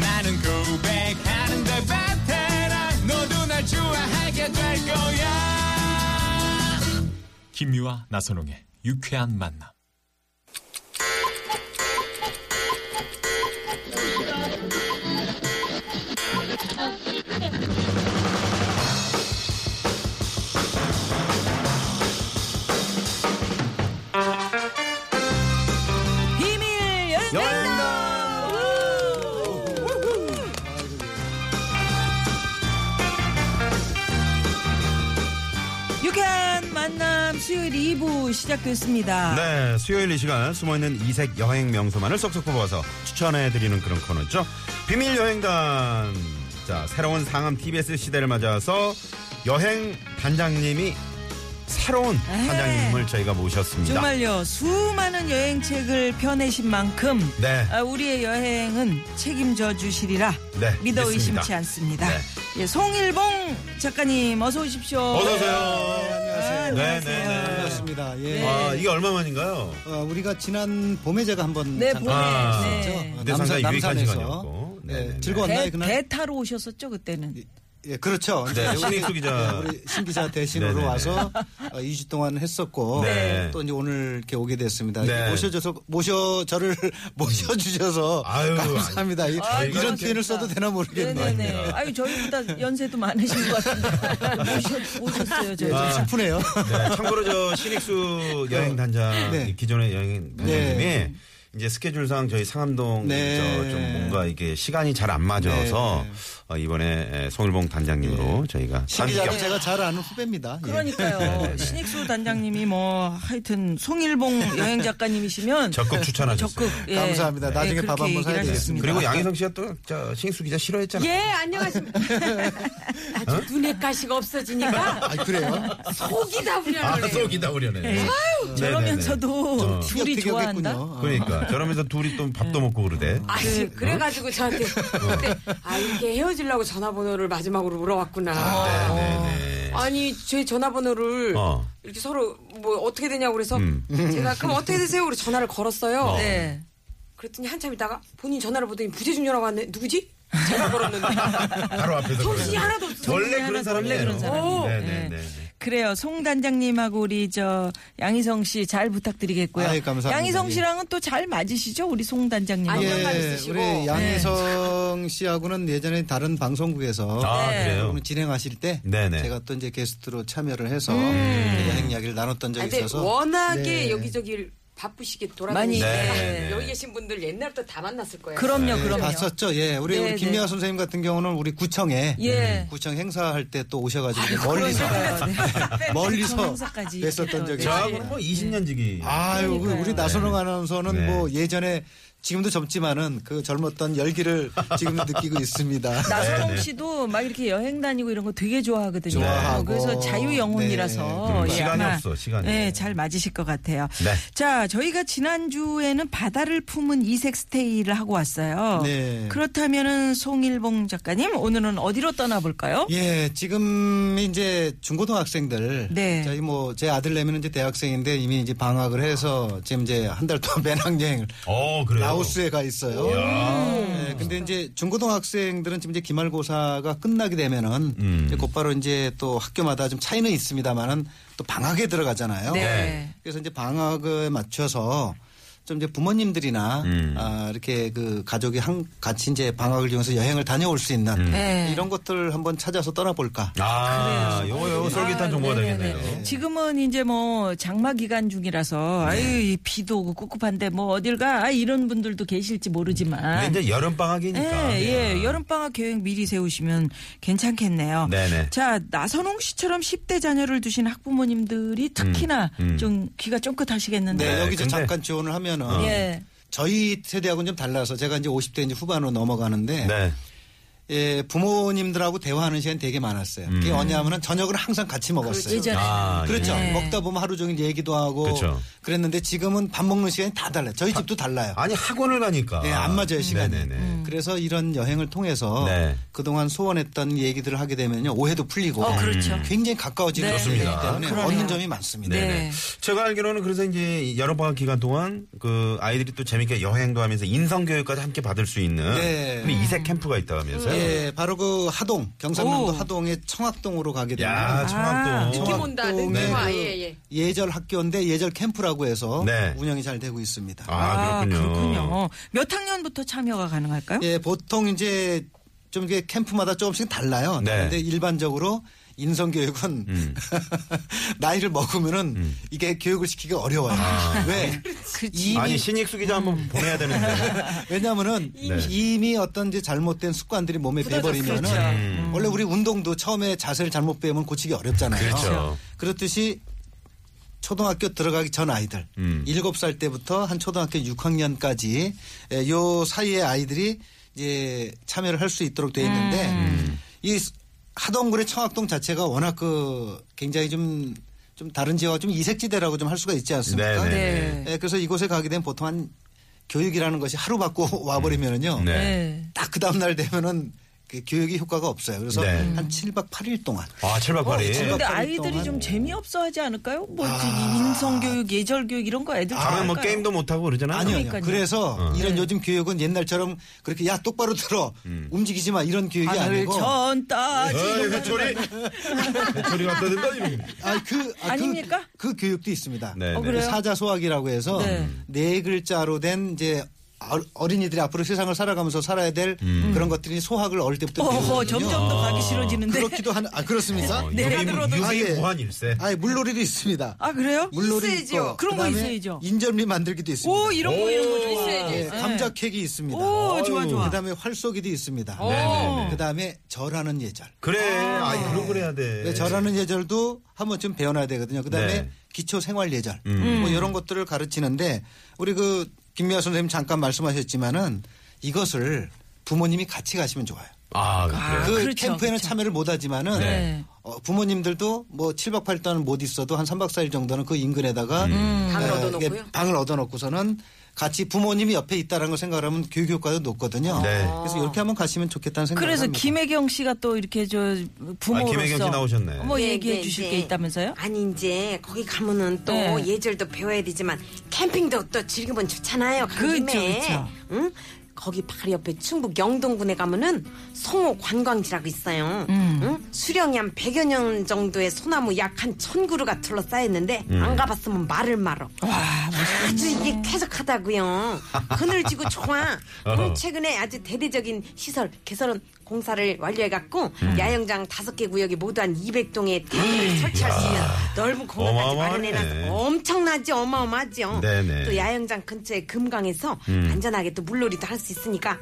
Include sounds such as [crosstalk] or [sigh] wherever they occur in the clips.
나는 고백하는데 베테랑 너도 날 좋아하게 될 거야 김미화 나선홍의 유쾌한 만남. 비밀 여행단 유쾌한 만남 수요일 2부 시작됐습니다. 네, 수요일 이 시간 숨어있는 이색 여행 명소만을 쏙쏙 뽑아서 추천해드리는 그런 코너죠. 비밀 여행단. 자, 새로운 상암 TBS 시대를 맞아서 여행 단장님이 새로운 에헤. 단장님을 저희가 모셨습니다. 네. 정말요 수많은 여행책을 펴내신 만큼 네. 아, 우리의 여행은 책임져 주시리라 네, 믿어 믿습니다. 의심치 않습니다. 네. 예, 송일봉 작가님 어서 오십시오. 아, 어서오세요. 안녕하세요. 네, 네, 네. 반갑습니다. 예. 아, 이게 얼마만인가요? 어, 우리가 지난 봄에 제가 한번 네, 잠깐 봄에. 아, 네. 했죠. 어, 근데 상당히 유익한 남산에서. 시간이었고. 네, 네, 네. 네, 즐거웠나요 그날? 대, 타로 오셨었죠 그때는. 예, 그렇죠. 네, 이제 우리- 신익수 기자. 네, 우리 신 기자 대신으로 네네네. 와서 어, 2주 동안 했었고 네. 또 이제 오늘 이렇게 오게 됐습니다. 네. 이렇게 모셔줘서 모셔 저를 [laughs] 모셔 주셔서 아유, 감사합니다. 이, 아유, 이런 저는 진짜. 표현을 써도 되나 모르겠네요. 네네네. 아유 저희보다 연세도 많으신 것 같은데 모셨, 모셨어요 저희. 예, 아. 좀 슬프네요. 네, 참고로 저 신익수 여행 단장 네. 기존의 여행 단장님이 이제 스케줄상 저희 상암동 네. 저좀 뭔가 이게 시간이 잘 안 맞아서 어, 이번에 에, 송일봉 단장님으로 저희가 신 기자는 단격. 네. 제가 잘 아는 후배입니다. 예. 네. 그러니까요. 신익수 단장님이 뭐 하여튼 송일봉 여행 작가님이시면 적극 추천하셨어요. 적극 예. 네, 감사합니다. 나중에 밥 그렇게 한번 사야 얘기를 되겠습니다. 그리고 양희성 씨가 또 저 신익수 기자 싫어했잖아요. 예, 안녕가십니까 [laughs] 아주 눈에 가시가 없어지니까 아, 그래요? 속이 다 아, 부려요. 속이다 우려네. 하셨습니다. 저러면서도 어. 둘이 어떻게 좋아한다. 됐군요. 아. 그러니까 저러면서 둘이 또 밥도 먹고 그러대. 아, 그, 그래가지고 저한테 그때 아 이렇게 헤어지려고 전화번호를 마지막으로 물어봤구나. 아, 네네. 아니 제 전화번호를 어. 이렇게 서로 뭐 어떻게 되냐고 그래서 제가 그럼 어떻게 되세요? 그래서 전화를 음. 걸었어요. 네. 그랬더니 한참 있다가 본인 전화를 보더니 부재중녀라고 왔네. 누구지? 제가 [laughs] 걸었는데 바로 앞에서. 정신이 그러네. 하나도 없어. 원래 하나, 그런 사람이에요. 원래 그런 사람이에요. 네네네. 그래요. 송 단장님하고 우리 저 양희성 씨 잘 부탁드리겠고요. 아이, 감사합니다. 양희성 예. 씨랑은 또 잘 맞으시죠? 우리 송 단장님하고. 네. 아니요. 안정감 예, 있으시고. 우리 양혜성 씨하고는 예전에 다른 방송국에서 아 네. 그래요. 오늘 진행하실 때 네네. 제가 또 이제 게스트로 참여를 해서 음. 그 여행 이야기를 나눴던 아, 적이 근데 있어서 워낙에 네. 여기저기 바쁘시게 많이, 돌아다니시니까 네. 여기 계신 분들 옛날부터 다 만났을 거예요. 그럼요, 그럼요. 봤었죠. 네, 예, 우리, 네, 우리 김미아 네. 선생님 같은 경우는 우리 구청에 음, 예. 구청 행사할 때 또 오셔가지고 멀리서 네, 멀리서 행사까지 네. 뵀었던 적이 있어요. 저하고는 뭐 20년 지기. 아유, 그 우리 나선홍 아나운서는 네. 뭐 예전에 지금도 젊지만은 그 젊었던 열기를 지금도 느끼고 있습니다. 네, 나선홍 씨도 막 이렇게 여행 다니고 이런 거 되게 좋아하거든요. 좋아하고. 그래서 자유 영혼이라서 네. 예, 시간이 아마, 없어, 시간이. 예, 잘 맞으실 것 같아요. 네. 자, 저희가 지난 주에는 바다를 품은 이색 스테이를 하고 왔어요. 네. 그렇다면은 송일봉 작가님 오늘은 어디로 떠나볼까요? 예, 지금 이제 중고등학생들 네. 저희 뭐 제 아들 내미는 이제 대학생인데 이미 이제 방학을 해서 지금 이제 한 달 동안 [laughs] 배낭여행을 어 그래요. 라오스에 가 있어요. 예, 근데 이제 중고등학생들은 지금 이제 기말고사가 끝나게 되면은 음. 이제 곧바로 이제 또 학교마다 좀 차이는 있습니다만은 또 방학에 들어가잖아요. 네. 그래서 이제 방학에 맞춰서 좀 이제 부모님들이나 음. 아, 이렇게 그 가족이 한 같이 이제 방학을 이용해서 여행을 다녀올 수 있는 음. 네. 이런 것들 한번 찾아서 떠나볼까. 아, 요거 요거 솔깃한 정보가 되겠네요. 지금은 이제 뭐 장마 기간 중이라서 네. 아유 이 비도 오고 꿉꿉한데 뭐 어딜 가 아, 이런 분들도 계실지 모르지만 근데 이제 여름 방학이니까. 아. 예, 예. 여름방학 계획 미리 세우시면 괜찮겠네요. 네네. 자, 나선홍 씨처럼 10대 자녀를 두신 학부모님들이 특히나 좀 귀가 쫑긋하시겠는데. 네, 음, 네, 근데- 여기서 어. 잠깐 지원을 하면은 예. 저희 세대하고는 좀 달라서 제가 이제 50대 이제 후반으로 넘어가는데 네. 예, 부모님들하고 대화하는 시간 이 되게 많았어요. 그게 뭐냐면은 저녁을 항상 같이 먹었어요. 예전에 음. 아, 그렇죠. 예. 먹다 보면 하루 종일 얘기도 하고 그렇죠. 그랬는데 지금은 밥 먹는 시간이 다 달라요. 저희 집도 달라요. 아니 학원을 가니까. 네, 안 맞아요, 시간이. 음. 네네네. 그래서 이런 여행을 통해서 네. 그동안 소원했던 얘기들을 하게 되면요. 오해도 풀리고 어, 그렇죠. 굉장히 가까워지는 네. 것이기 좋습니다. 때문에 그러네요. 얻는 점이 많습니다. 음. 네네. 네. 제가 알기로는 그래서 이제 여러 방학 기간 동안 그 아이들이 또 재밌게 여행도 하면서 인성 교육까지 함께 받을 수 있는 네. 그런 이색 캠프가 있다면서요. 예, 바로 그 하동, 경상남도 네. 오. 하동의 청학동으로 가게 되면 야, 청학도. 느낌 온다, 청학동의 네. 느낌 와, 그 예, 예. 절 학교인데 예절 캠프라고 해서 네. 운영이 잘 되고 있습니다. 아, 그렇군요. 그렇군요. 몇 학년부터 참여가 가능할까요? 예, 보통 이제 좀 이게 캠프마다 조금씩 달라요. 네. 음. 근데 일반적으로 인성 교육은 [laughs] 나이를 먹으면은 이게 교육을 시키기가 어려워요. 아, 왜? 이미 예. 아니 신익수 기자 한번 보내야 되는데. [laughs] 왜냐하면은 네. 이미 어떤 이제 잘못된 습관들이 몸에 배버리면은 그렇죠. 음. 원래 우리 운동도 처음에 자세를 잘못 배우면 고치기 어렵잖아요. 그렇죠. 그렇듯이 초등학교 들어가기 전 아이들 음. 일곱 살 때부터 한 초등학교 6학년까지 예, 요 사이에 아이들이 이제 참여를 할 수 있도록 돼 있는데 음. 이 하동굴의 청학동 자체가 워낙 그 굉장히 좀 좀 다른 지역과 좀 이색지대라고 좀 할 수가 있지 않습니까? 네네. 네. 예, 그래서 이곳에 가게 되면 보통 한 교육이라는 것이 하루 받고 [laughs] 와버리면은요. 네. 네. 딱 그 다음날 되면은 그 교육이 효과가 없어요. 그래서 네. 한칠박팔일 동안. 아, 7박 8일. 칠박- 근데 팔일 아이들이 동안. 좀 재미없어 하지 않을까요? 뭐 인성 교육, 예절 교육 이런 거 애들 밤에 아. 뭐 좋아할까요? 게임도 못 하고 그러잖아요. 아니요. 아니요. 그러니까요. 네. 그래서 어. 이런 요즘 교육은 옛날처럼 그렇게 야, 똑바로 들어. 음. 움직이지 마. 이런 교육이 아, 하늘 니고 전 어이, 네. 따지는 회초리. 회초리 갖다 든다 이러면. 아, 그, 아, 그- 아닙니까? 그, 교육도 있습니다. 네, 어, 네. 그래요? 사자소학이라고 해서 네. 네. 글자로 된 이제 어- 어린이들이 앞으로 세상을 살아가면서 살아야 될 음. 그런 것들이 소학을 어릴 때부터 어허, 배우거든요. 점점 아. 네. 더 가기 싫어지는데. 그렇기도 한, 아, 그렇습니까? 어, 내가 유기- 들어도 유기 아예. 무한 일세. 네. 아, 물놀이도 있습니다. 아 그래요? 물놀이 있어야죠. 있고 그런 거 그다음에 있어야죠. 인절미 만들기도 있습니다. 오 이런 거 이런 거 좋아. 예, 있어야지. 감자캐기 있습니다. 오, 좋아, 좋아. 그다음에 활쏘기도 있습니다. 네네네. 그다음에 절하는 예절. 그래. 아, 그런 그래야 돼. 네, 절하는 예절도 한 번쯤 배워놔야 되거든요. 그다음에 네. 기초 생활 예절 뭐 이런 것들을 가르치는데 우리 그 김미아 선생님 잠깐 말씀하셨지만은 이것을 부모님이 같이 가시면 좋아요. 아, 그래요. 그 그렇죠, 캠프에는 그렇죠. 참여를 못 하지만은 네. 어, 부모님들도 뭐 7박 8일 동안 못 있어도 한 3박 4일 정도는 그 인근에다가 방을 음. 에, 얻어놓고요? 이게 방을 얻어놓고서는 같이 부모님이 옆에 있다라는 걸 생각하면 교육 효과도 높거든요. 네. 그래서 이렇게 한번 가시면 좋겠다는 생각을 그래서 합니다. 김혜경 씨가 또 이렇게 저 부모로서 아, 김혜경 씨 나오셨네. 뭐 네, 얘기해 네, 주실 네. 게 있다면서요? 아니 이제 거기 가면은 또 네. 예절도 배워야 되지만 캠핑도 또 즐기면 좋잖아요. 간 그렇죠, 김에. 그렇죠. 응? 거기 바로 옆에 충북 영동군에 가면은 송호 관광지라고 있어요. 음. 응? 수령이 한 100여 년 정도의 소나무 약 한 천 그루가 둘러싸여 있는데 음. 안 가봤으면 말을 말어. 아주 이게 쾌적하다고요. 그늘지고 좋아. [laughs] 어허. 음, 최근에 아주 대대적인 시설 개선 공사를 완료해갖고 음. 야영장 다섯 개 구역에 모두 한 [gasps] 200동의 텐트를 설치할 수 있는 넓은 공간까지 어마어마하네. 마련해놔서 엄청나지 어마어마하죠. 네네. 음. 또 야영장 근처에 금강에서 안전하게 또 물놀이도 할 수 있으니까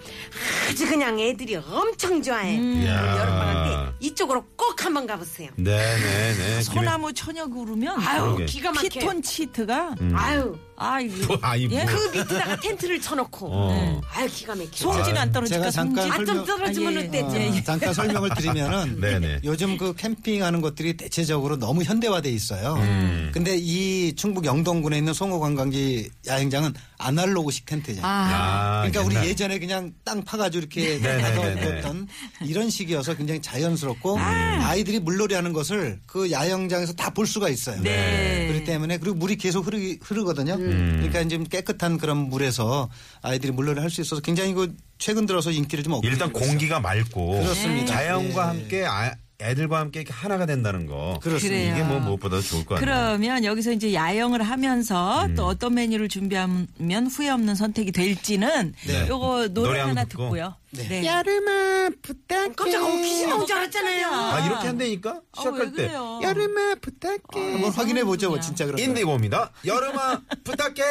아주 그냥 애들이 엄청 좋아해. 올 이야. 여름방학 때 이쪽으로 꼭 한번 가보세요. 네네네. 소나무 천여 구르면 아유 그러게. 음. 기가 막혀. 피톤치트가 아유 아 이거 아이 뭐. 예? 그 밑에다가 텐트를 쳐놓고 어. 아유 기가 막혀. 송진 안 떨어질까 제가 잠깐 송진 설- 안좀 떨어지면 아, 예, 예. 어때? 어, 예, 예. 잠깐 설명을 [laughs] 드리면은 네네. 요즘 그 캠핑하는 것들이 대체적으로 너무 현대화돼 있어요. 음. 근데 이 충북 영동군에 있는 송호 관광지 야영장은 아날로그식 텐트죠. 아, 그러니까 우리 옛날. 예전에 그냥 땅 파가지고 이렇게 네, 네, 가서 네, 음. 네. 했던 이런 식이어서 굉장히 자연스럽고 아~ 이들이 물놀이하는 것을 그 야영장에서 다 볼 수가 있어요. 네. 그렇기 때문에 그리고 물이 계속 흐르, 흐르거든요. 음. 그러니까 이제 깨끗한 그런 물에서 아이들이 물놀이 할 수 있어서 굉장히 그 최근 들어서 인기를 좀 얻고 일단 있는 것 같습니다. 공기가 맑고 그렇습니다. 예. 자연과 함께 아- 애들과 함께 이렇게 하나가 된다는 거. 그렇습니다. 그래요. 이게 뭐 무엇보다 좋을 것 같아요. 그러면 여기서 이제 야영을 하면서 음. 또 어떤 메뉴를 준비하면 후회 없는 선택이 될지는 요거 노래, 네. 노래 한 하나 곡 듣고. 듣고요. 네. 여름아 부탁해. 깜짝 어, 퀴즈 나온 줄 알았잖아요. 아 이렇게 어, 한다니까 아, 왜 시작할 때. 그래요? 여름아 부탁해. 한번 확인해 보죠, 뭐 진짜 그렇 인디고입니다. 여름아 [laughs] 부탁해.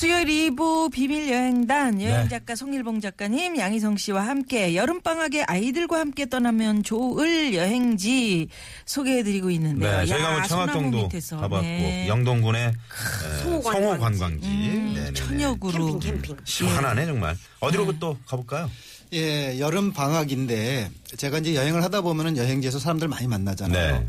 토요일 2부 비밀 여행단 네. 여행 작가 송일봉 작가님, 양희성 씨와 함께 여름 방학에 아이들과 함께 떠나면 좋을 여행지 소개해 드리고 있는데. 네, 저희가 뭐 청학동도 가봤고 네. 영동군의 에, 성호 성호 관광지, 관광지. 네네네. 천역으로 캠핑 캠핑. 시원하네 정말. 어디로 또 가볼까요? 예, 여름 방학인데 제가 이제 여행을 하다 보면은 여행지에서 사람들 많이 만나잖아요. 네.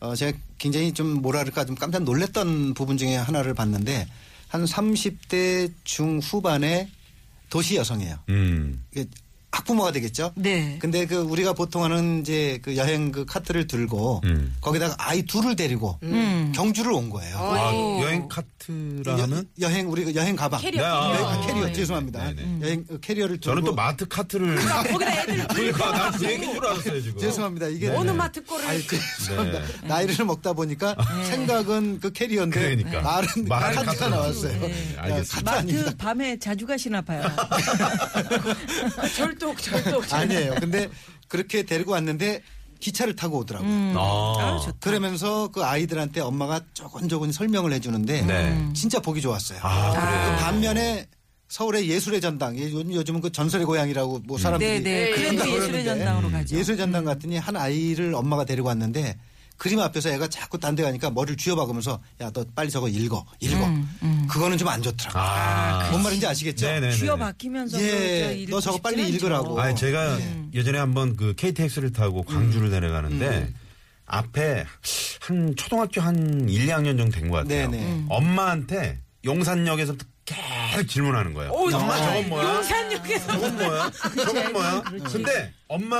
어, 제가 굉장히 좀 뭐랄까 좀 깜짝 놀랐던 부분 중에 하나를 봤는데 한 30대 중후반의 도시 여성이에요. 음, 이게 학부모가 되겠죠? 네. 근데 그 우리가 보통 하는 이제 그 여행 그 카트를 들고 음. 거기다가 아이 둘을 데리고 경주를 온 거예요. 아, 어이. 여행 카트라는 여, 행 우리 그 여행 가방. 네, 아, 여행- 아, 캐리어 죄송합니다. 네네. 여행 어, 캐리어를 들고 저는 또 마트 카트를 거기다 애들 [laughs] 그러니까 난그 얘기인 줄 알았어요 지금. 죄송합니다. 이게 어느 마트 거를 아이, 죄송합니다. 네. 나이를 먹다 보니까 생각은 그 캐리어인데 그러니까. 말은 말은 카트가 카트로. 나왔어요. 네, 알겠습니다. 카트 마트 아닙니다. 밤에 자주 가시나 봐요. 아, 절독 절독. 아니에요. 근데 그렇게 데리고 왔는데 기차를 타고 오더라고요. 아, 그러면서 그 아이들한테 엄마가 조곤조곤 설명을 해주는데 네. 진짜 보기 좋았어요. 아, 그래요. 그 반면에 서울의 예술의 전당 예, 요즘- 요즘은 그 전설의 고향이라고 음. 뭐 사람들이 네네. 그래도 그런다고 예술의 그러는데 전당으로 가죠. 음. 예술의 전당 갔더니 한 아이를 엄마가 데리고 왔는데 그림 앞에서 애가 자꾸 딴 데 가니까 머리를 쥐어박으면서 야 너 빨리 저거 읽어 읽어 음, 그거는 좀 안 좋더라고 아, 뭔 말인지 아시겠죠? 네네네. 쥐어 박히면서 예, 너 저거 빨리 어. 읽으라고. 아니 제가 예전에 한번 그 KTX를 타고 광주를 내려가는데 앞에 한 초등학교 한 1, 2학년 정도 된 것 같아요. 네네. 음. 엄마한테 용산역에서 계속 질문하는 거예요. 엄마 저건 뭐야? 용산역에서 저건 뭐야? 저건 뭐야? 근데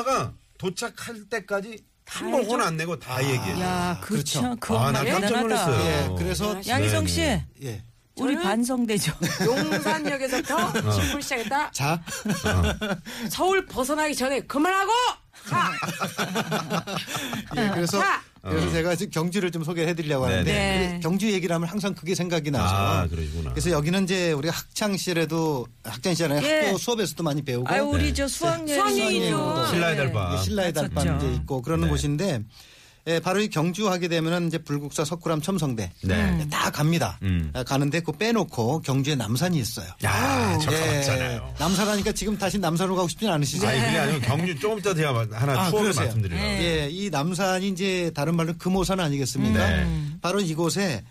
엄마가 도착할 때까지 한 번 혼안 내고 다 얘기해. 야, 그렇죠. 그 아, 엄마 나 깜짝 대단하다. 놀랐어요. 네, 예, 그래서 양희성 씨, 예. 우리 반성되죠. 아. 용산역에서부터 집을 시작했다. 자, 서울 벗어나기 전에 그만하고 가. [laughs] 예, 그래서 자. 그래서 음. 제가 지금 경주를 좀 소개해 드리려고 하는데 어, 네네. 그 경주 얘기를 하면 항상 그게 생각이 나서 아, 그러시구나. 그래서 여기는 이제 우리가 학창 시절에도 학창 시절에 예. 학교 수업에서도 많이 배우고 아유, 우리 저 수학여행. 네. 네. 수학여행이죠. 그 신라의 이게 달밤. 네. 신라의 맞췄죠. 달밤 이제 있고 그러는 곳인데 예, 바로 이 경주 하게 되면은 이제 불국사 석굴암 첨성대 네. 예, 다 갑니다. 음. 아, 가는데 그 빼놓고 경주에 남산이 있어요. 야, 저거 예, 없잖아요. 남산하니까 지금 다시 남산으로 가고 싶진 않으시죠? 아니 그게 아니고 경주 조금 이따 제가 하나 아, 추억을 그러세요. 말씀드리려고. 네. 예, 이 남산이 이제 다른 말로 금호산 아니겠습니까? 네. 바로 이곳에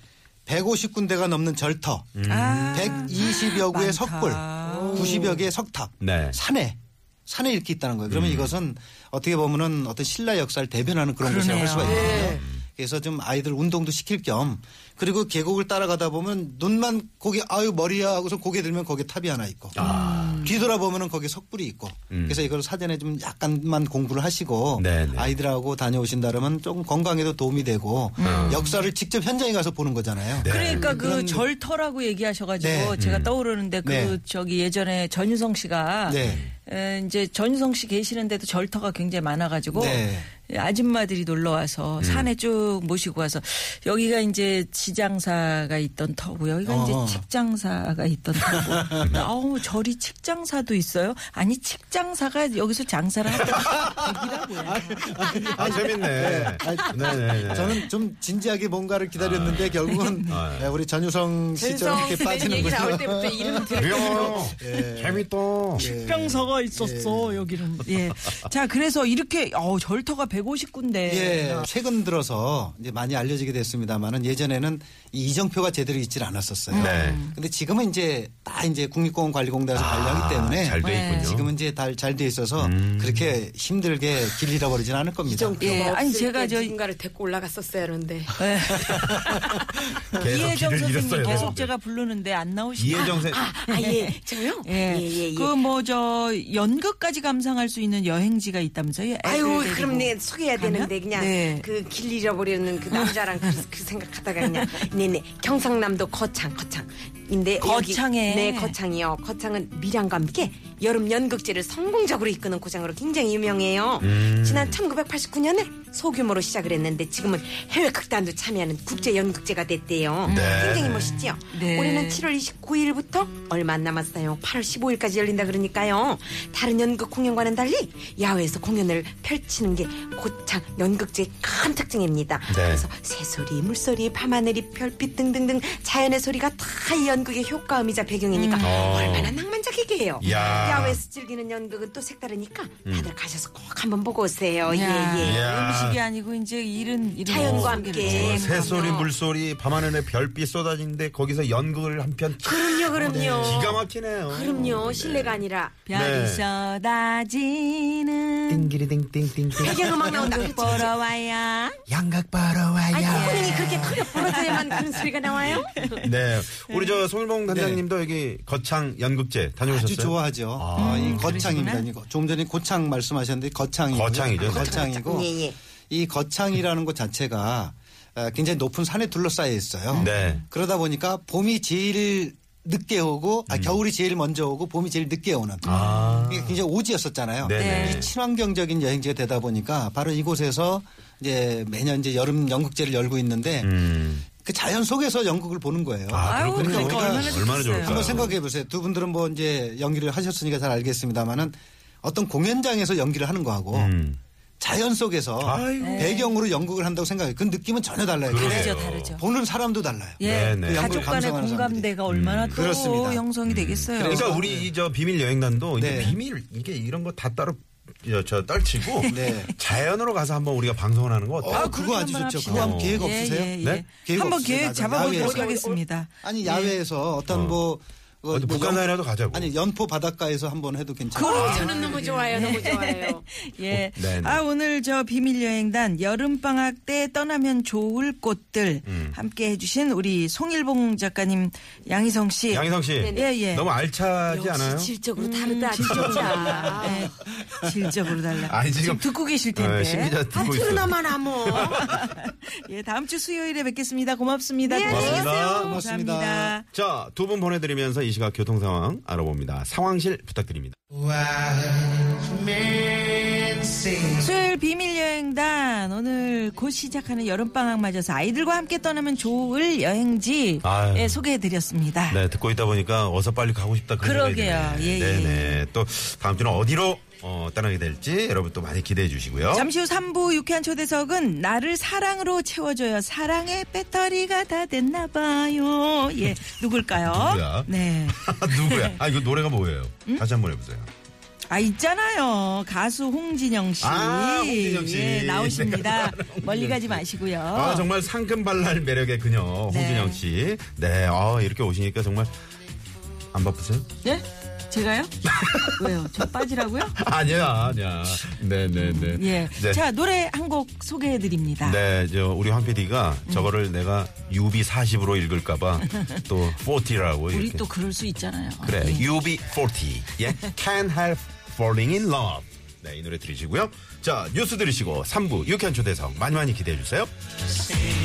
150군데가 넘는 절터, 음. 아, 120여 구의 많다. 석굴, 90여 개의 석탑, 네. 음. 산에 산에 이렇게 있다는 거예요. 그러면 이것은 어떻게 보면은 어떤 신라 역사를 대변하는 그런 그러네요. 곳이라고 할 수가 예. 있거든요. 그래서 좀 아이들 운동도 시킬 겸 그리고 계곡을 따라가다 보면 눈만 고개 아유 머리야 하고서 고개 들면 거기에 탑이 하나 있고 아. 뒤돌아보면은 거기 석불이 있고 그래서 이걸 사전에 좀 약간만 공부를 하시고 음. 네네. 아이들하고 다녀오신다면 조금 건강에도 도움이 되고 음. 역사를 직접 현장에 가서 보는 거잖아요. 네. 그러니까 그 그런- 절터라고 얘기하셔가지고 네. 제가 떠오르는데 그 네. 저기 예전에 전유성 씨가 네. 에, 이제 전유성 씨 계시는데도 절터가 굉장히 많아가지고 예, 네. 아줌마들이 놀러 와서 산에 쭉 모시고 와서 여기가 이제 지장사가 있던 터고 여기가 어. 이제 칙장사가 있던 터고 아우 절이 칙장사도 있어요 아니 칙장사가 여기서 [laughs] 장사를 하던 얘기라고요 아 재밌네. 네네네. 저는 좀 진지하게 뭔가를 기다렸는데 결국은 아, 예. 예, 우리 전유성 씨처럼 전성 이렇게 선생님 빠지는 얘기 나올 거죠. 때부터 이름 들어. 그래요. 재밌다. 식병사가 있었어 여기는 [laughs] 예. 자 그래서 이렇게 어 절터가 150군데 예, 최근 들어서 이제 많이 알려지게 됐습니다만은 예전에는 이 이정표가 제대로 있질 않았었어요. 네. 아, 근데 지금은 이제 다 이제 국립공원 관리공단에서 관리하기 때문에 네. 잘 돼 있군요. 음. 지금은 이제 잘잘돼 있어서 그렇게 힘들게 길 잃어버리진 않을 겁니다. 예, 예, 아니, 아니 제가 제가 저- 저 누군가를 데리고 올라갔었어야 하는데 예. 이혜정 길을 선생님 잃었어요. 네. 계속 제가 부르는데 안 나오시고 이해정 선 아예 [laughs] 저요 예예예 그뭐 저 연극까지 감상할 수 있는 여행지가 있다면서요? 예, 애들 아유 데리고. 그럼 내 소개해야 가면? 되는데 그냥 네. 그 길 잃어버리는 그 남자랑 [laughs] 그, 그 생각하다가 그냥 네네 경상남도 거창 거창인데 거창에. 여기, 네 거창이요 거창은 미량과 함께 여름 연극제를 성공적으로 이끄는 고장으로 굉장히 유명해요 지난 1989년에 소규모로 시작을 했는데 지금은 해외 극단도 참여하는 국제 연극제가 됐대요 굉장히 멋있지요 네. 올해는 7월 29일부터 얼마 안 남았어요. 8월 15일까지 열린다 그러니까요. 다른 연극 공연과는 달리 야외에서 공연을 펼치는 게 고창 연극제의 큰 특징입니다. 네. 그래서 새소리, 물소리, 밤하늘이 별빛 등등등 자연의 소리가 다 이 연극의 효과음이자 배경이니까 어. 얼마나 낭만적이게 해요. 이야. 음. 야외에서 즐기는 연극은 또 색다르니까 다들 가셔서 꼭 한번 보고 오세요. 예예. 이야. 네. 음식이 아니고 이제 일은 일은 자연과 소개를 함께. 해요. 새소리 그럼요. 물소리 밤하늘에 별빛 쏟아지는데 거기서 연극을 한편 그럼요, 그럼요. 네. 기가 막히네요. 그럼요. 실내가 아니라 별이 네. 쏟아지는 음. 띵기리띵띵띵 배경음악 나온다. 연극 그렇죠? 보러 와야 양각 바로 아니 와요. 콧구멍이 그렇게 크게 벌어져야만 그런 소리가 나와요? 네, 우리 저 송일봉 단장님도 여기 거창 연극제 다녀오셨어요? 아주 좋아하죠. 아. 어, 이 거창입니다. 그러시구나. 이거 조금 전에 고창 말씀하셨는데 거창이 거창이죠. 아, 거창, 거창이고 거창. 예, 예. 이 거창이라는 곳 자체가 아, 굉장히 높은 산에 둘러싸여 있어요. 네. 그러다 보니까 봄이 제일 늦게 오고 아, 겨울이 제일 먼저 오고 봄이 제일 늦게 오는 음. 아. 이게 굉장히 오지였었잖아요. 네네. 이 친환경적인 여행지가 되다 보니까 바로 이곳에서 이제 매년 이제 여름 연극제를 열고 있는데 음. 그 자연 속에서 연극을 보는 거예요. 아, 아유, 그렇군요. 그러니까 얼마나, 얼마나 좋겠어요. 좋을까요? 한번 생각해 보세요. 두 분들은 뭐 이제 연기를 하셨으니까 잘 알겠습니다만은 어떤 공연장에서 연기를 하는 거하고 음. 자연 속에서 아이고. 배경으로 연극을 한다고 생각해요. 그 느낌은 전혀 달라요. 근데 네. 다르죠 다르죠. 보는 사람도 달라요. 예, 네, 네. 가족 간의 감성하는 공감대가 얼마나 또 그렇습니다. 형성이 되겠어요. 그러니까 우리 이 저 비밀 여행단도 이제 네. 비밀 이게 이런 거 다 따로 저, 저 떨치고 네. 자연으로 가서 한번 우리가 방송을 하는 거 어, 어때요? 그거 아주 한번 좋죠. 합시다. 그거 하면 어. 계획 예, 없으세요? 예, 예. 네? 계획 한번 없으세요? 계획 나중에 잡아보도록 야외에서. 하겠습니다. 아니 야외에서 어떤 뭐 어, 어디 뭐 북한산이라도 가자고. 아니 연포 바닷가에서 한번 해도 괜찮아요. 어, 어, 저는 너무 좋아요. 너무 좋아요. 예. 네, 네. 아 오늘 저 비밀 여행단 여름 방학 때 떠나면 좋을 곳들 음. 함께 해주신 우리 송일봉 작가님, 양희성 씨. 양희성 씨, 예, 예. 너무 알차지 않아요? 역시 음, 질적으로 다르다. 예. 진짜. 네, 질적으로 달라. 아니, 지금- 듣고 계실 어, 텐데. 신비자 듣고 있어요. 하트나만 하모. [laughs] 예, 다음 주 수요일에 뵙겠습니다. 고맙습니다. 네, 안녕히 고맙습니다. 계세요. 고맙습니다. 감사합니다. 자, 두 분 보내드리면서 이 시각 교통 상황 알아봅니다. 상황실 부탁드립니다. 수요일 비밀 여행단 오늘 곧 시작하는 여름 방학 맞아서 아이들과 함께 떠나면 좋을 여행지 아유. 예, 소개해드렸습니다. 네, 듣고 있다 보니까 어서 빨리 가고 싶다. 그런 생각이 그러게요. 드네요. 예, 네, 예. 네. 또 다음 주는 어디로 어, 떠나게 될지 여러분 또 많이 기대해 주시고요. 잠시 후 3부 유쾌한 초대석은 나를 사랑으로 채워줘요. 사랑의 배터리가 다 됐나 봐요. 예, 누굴까요? 누구야? 네. [laughs] 음? 누구야? 아, 이거 노래가 뭐예요? 다시 한번 해보세요. 아 있잖아요. 가수 홍진영 씨. 아, 홍진영 씨. 예, 나오십니다. 내가 알아, [laughs] 멀리 가지 마시고요. 아, 정말 상큼발랄 매력의 그녀 홍진영 씨. 네, 아, 이렇게 오시니까 정말 안 바쁘세요? 네? 제가요? 왜요? 저 빠지라고요? [laughs] 아니야, 아니야. 네, 네, 네. 예. 네. 자, 노래 한 곡 소개해 드립니다. 네, 저 우리 황 PD가 저거를 네. 내가 UB 40으로 [laughs] 읽을까봐 또 40라고 우리 이렇게. 또 그럴 수 있잖아요. 그래, 예. UB 40. 예, Can't Help Falling in Love. 네, 이 노래 들으시고요. 자, 뉴스 들으시고 3부 유쾌한 초대석 많이 많이 기대해 주세요. Sing